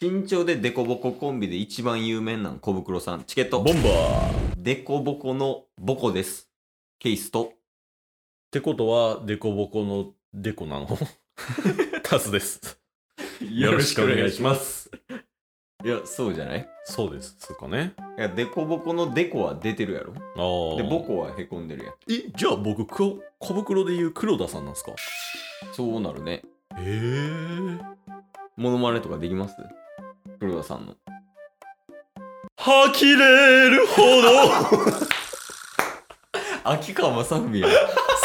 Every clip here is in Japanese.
緊張でデコボココンビで一番有名なん小袋さん。チケッボトン。バーっデコボコのボコです。ケイスと。てことは、デコボコのデコ なのタスです。よろしくお願いします。いや、そうじゃないいそうです。そうかね。や、デコボコのデコは出てるやろ。あで、あ。ボ。コはへこんでるやん。え、じゃあ僕、黒小袋で言う黒田さんなんですかそうなるね。へえ。モノマネとかできます黒田さんの。吐きれるほど秋川正文 や。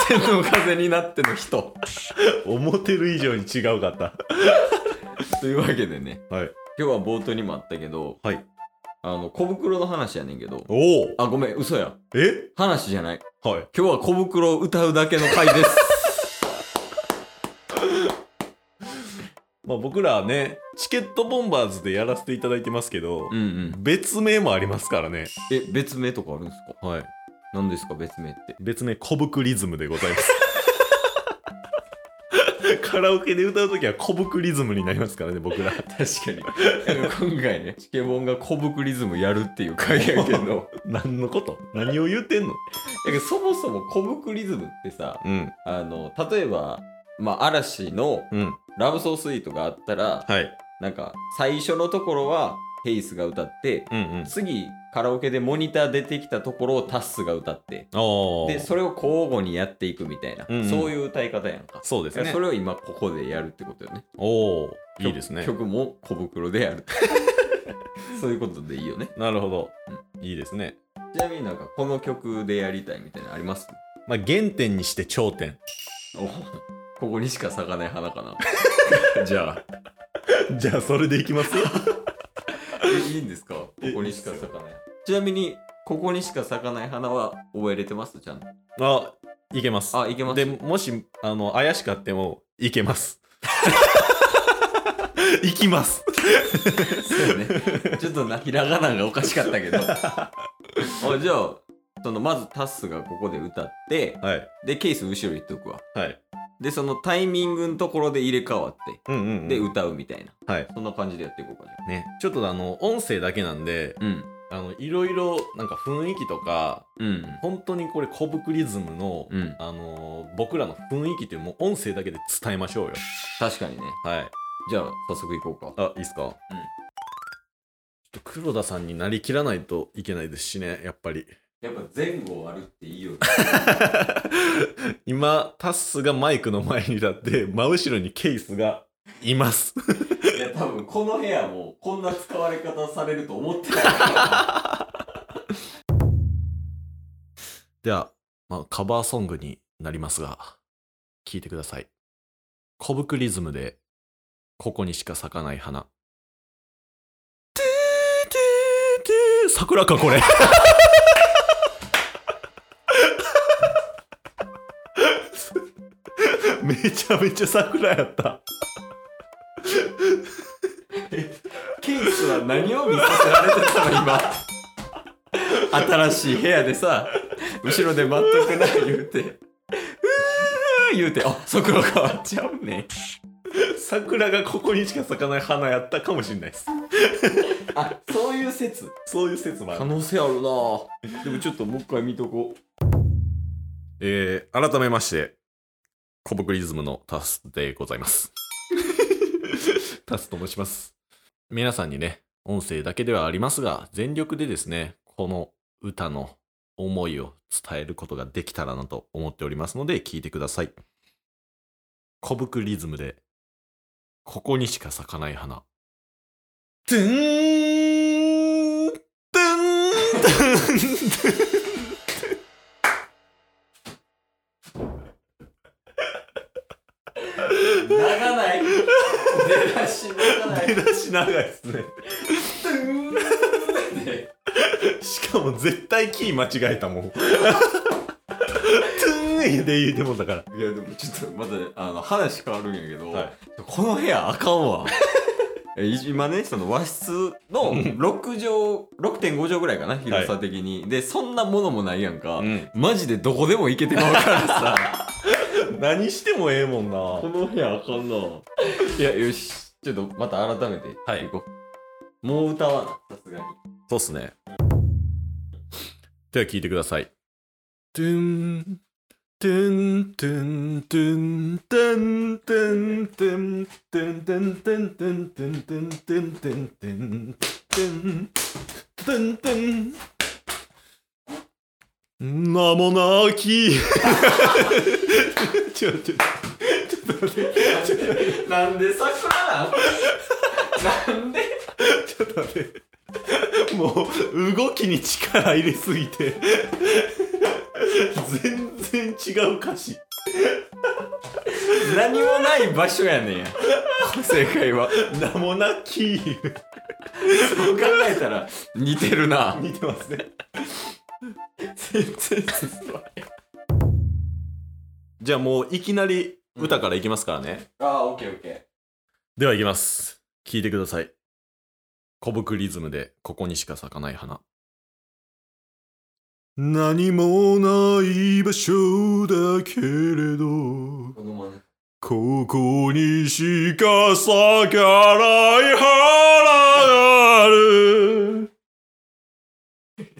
千の風になっての人。 思ってる以上に違うかった。というわけでね。はい。今日は冒頭にもあったけど、はい。あの、小袋の話やねんけど。おお。あ、ごめん、嘘や。え話じゃない。はい。今日は小袋を歌うだけの回です。まあ僕らはね、チケットボンバーズでやらせていただいてますけど、 うんうん。別名もありますからね。え、別名とかあるんですかはい。何ですか別名って。別名コブクリズムでございます。 カラオケで歌うときはコブクリズムになりますからね、僕 ら。確かに。今回ね、チケボンが小袋リズムやるっていう回や けど、何のこと何を言ってんのだけどそもそも小袋リズムってさ、うん。あの、例えば、まあ、嵐のうん。ラブソースイートがあったら、はい。なんか、最初のところはヘイスが歌って、うんうん。次、カラオケでモニター出てきたところをタッスが歌って、おで、それを交互にやっていくみたいな、うんうんそういう歌い方やんか。そうですねそ。れを今ここでやるってことよね。おおいいですね。曲曲も小袋でや る。そういうことでいいよね。なるほど。いいですね。ちなみになんかこの曲でやりたいみたいなのありますまあ原点にして頂 点。ここにしか咲かない花 かな。じゃあ。じゃあそれでいき ますえいいんですかここにしか咲かない。ちなみに、ここにしか咲かない花は覚えれてますちゃんと。あ、いけます。あ、いけます。で、もし、あの、怪しかっても、いけ ます。いきます。そう ね。ちょっとな、ひらがながおかしかったけど。あじゃあ、そのまずタッスがここで歌って、はい。で、ケース後ろ行っとくわ。はい。で、そのタイミングのところで入れ替わって、うんうん、うん。で、歌うみたいな。はい。そんな感じでやっていこうかじゃね、ちょっとあの音声だけなんであうん。あのいろいろなんか雰囲気とかうん。本当にこれコブクリズムの、うん。あのー僕らの雰囲気っていうのも音声だけで伝えましょうよ確かにね。はいじゃあ、早速行こうか。あいいっすかうんちょっと黒田さんになりきらないといけないですしねやっぱりやっぱ前後あるっていい よね。今タッスがマイクの前に立って真後ろにケースがいますいや、多分この部屋もこんな使われ方されると思ってない。では、まあ、カバーソングになりますが聞いてくださいコブクリズムでここにしか咲かない花てーてーてー桜かこれ めちゃめちゃ桜やった ケースは何を見させられてたの今。新しい部屋でさ、後ろで待っとくな言うて。うー言うて、あ、速度変わっちゃうね。桜がここにしか咲かない花やったかもしれないですあ、そういう説。そういう説もある可能性あるなぁでもちょっともう一回見とこう。えー、改めまして、コブクリズムのタスでござい ます。タスと申します。皆さんにね、音声だけではありますが、全力でですね、この歌の思いを伝えることができたらなと思っておりますので、聞いてください。コブクリズムで、ここにしか咲かない花。てーんてん てん長ない。出だし長出だし長いですね。しかも絶対キー間違えた もん。トゥーンで言うてもだから。いやでもちょっとまだあの話変わるんやけど、はいこの部屋あかんわ え今ねその和室の6畳6.5畳ぐらいかな広さ的に、でそんなものもないやんか、マジでどこでも行けてまうからさ 何してもええもんな。の部屋あかんないやよしちょっとまた改めてはい行こう、もう歌わなさすがにそうっすね。では聞いてください。トゥン、トゥン、トゥン、トゥン、トゥン、トゥン、トゥン、トゥン、トゥン、トゥン、トゥン、トゥン、トゥン、トゥン、トゥン、トゥン、トゥン、トゥン、トゥン。名もなき。ちょっと待って。なんで桜なん なんでちょっと待って。もう、動きに力入れすぎて。全然違う歌詞。何もない場所やねんや正解は名もなき。そう考えたら似てるな似てますね。全然進まへんじゃあもう、いきなり歌からいきますからね。あーオッケーオッケではいきます。聞いてください。小ぶくリズムで、ここにしか咲かない花。何もない場所だけれどー。このまねここにしか咲かない花がある。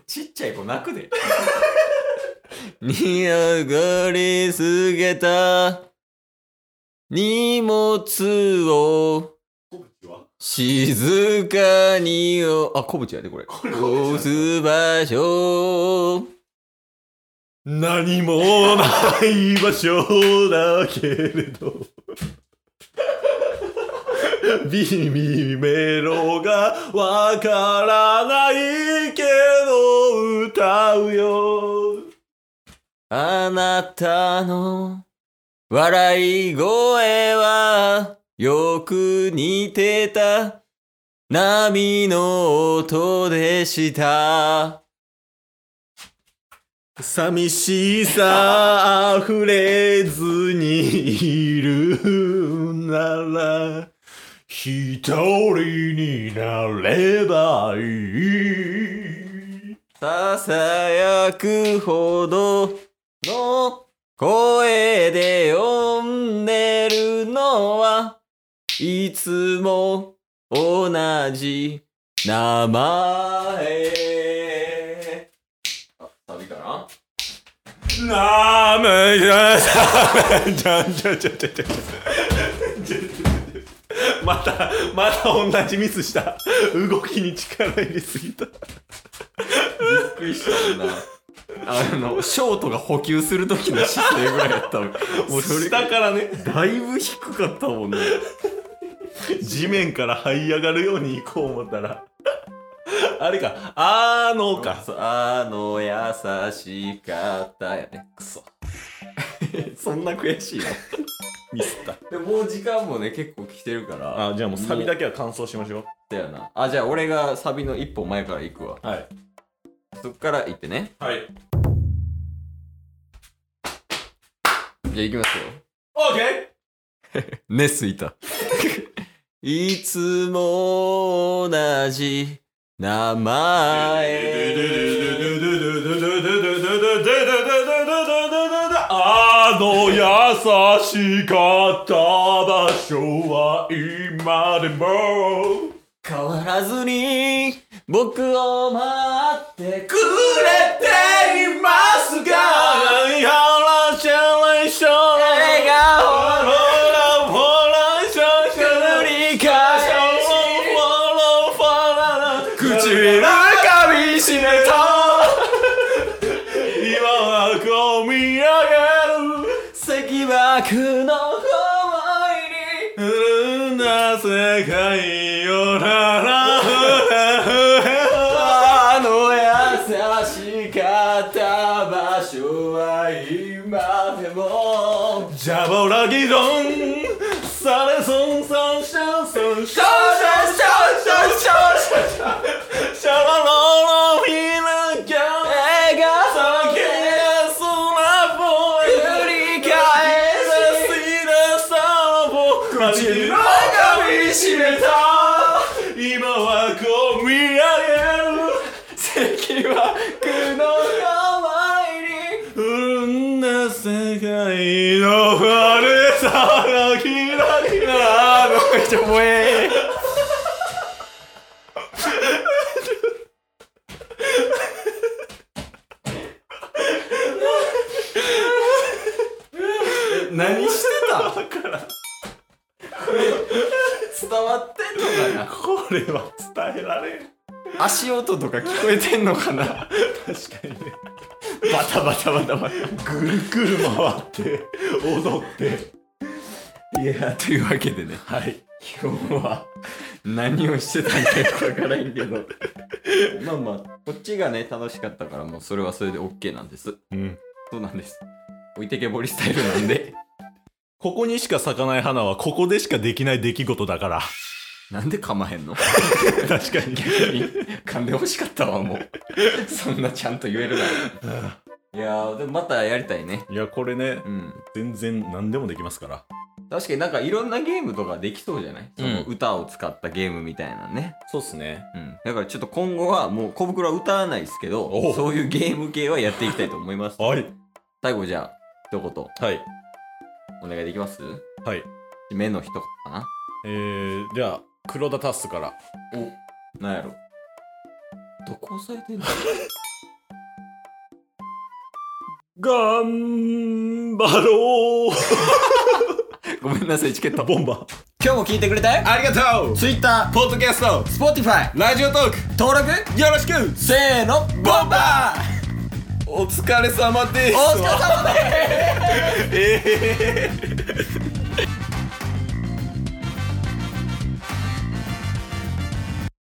ちっちゃい子泣くでに上がりすげた荷物を静かにを、あ、小渕やで、これ。これ押す場所何もない場所だけれどビミメロがわからないけど歌うよあなたの笑い声はよく似てた波の音でした寂しさ溢れずにいるなら一人になればいいささやくほどの声で呼んでるのはいつも同じ名前あ、サビかななめじゃじゃじゃじゃじゃじゃまたまた同じミスした動きに力入れすぎたびっくりしたなあのショートが補給する時の姿勢ぐらいやったもんもうそれ下からねだいぶ低かったもんね地面から這い上がるように行こう思ったらあれかあーのーかそうあの優しかったやねくそそんな悔しいのミスったでもう時間もね結構来てるからあじゃあもうサビだけは完走しましょだよなあじゃあ俺がサビの一歩前から行くわうはいそっから行ってねはいじゃあ行きますよオーケねすいたいつも同じ名前ーあの優しかった場所は今でも変わらずに僕を待ってくくれていますか笑笑顔の繰り返し唇かみしめた今はこみ上げる赤爆の想うんな世界よならあの優しかった場所は今でもジャボラギドンサレソンサンシャンソンシャンシャンシャンシャンシャンシャンシャラロロフィナギャン笑顔サケヤソナボイ繰り返しシナサボ唇かみしめた今はこみ上げる敵は苦の代わうんな世界の晴れさらキラキラりにああめっちゃ怖えこれは伝えられん。足音とか聞こえてんのかな確かにね。バタバタバタバぐるぐる回って、踊って。タいやというわけでねはい。今日は何をしてたんかよくわからんけどまあまあこっちがね楽しかったからもうそれはそれで OK なんですうん。そうなんです置いてけぼりスタイルなんでここにしか咲かない花は、ここでしかできない出来事だから。なんで噛まへ んの確か逆に。に噛んでほしかったわもうそんなちゃんと言えるならいやーでもまたやりたいねいや、これね、うん全然何でもできますから。確かになんかいろんなゲームとかできそうじゃない、うんその歌を使ったゲームみたいなねそうっすね。うんだからちょっと今後はもう小袋は歌わないですけおどうそういうゲーム系はやっていきたいと思い ますはい。最後じゃあ一言はい。お願いできますはい。締めの一言かなえー、じゃあ、黒田タスから。おなんやろどこ押さえてんの頑張ろ う ごめんなさいチケットボンバー。今日も聞いてくれてあありがとう Twitter、ポッドキャスト、 Spotify ラジオトーク、登録よろしくせーのボンバーお疲れ様ですお疲れ様ですえー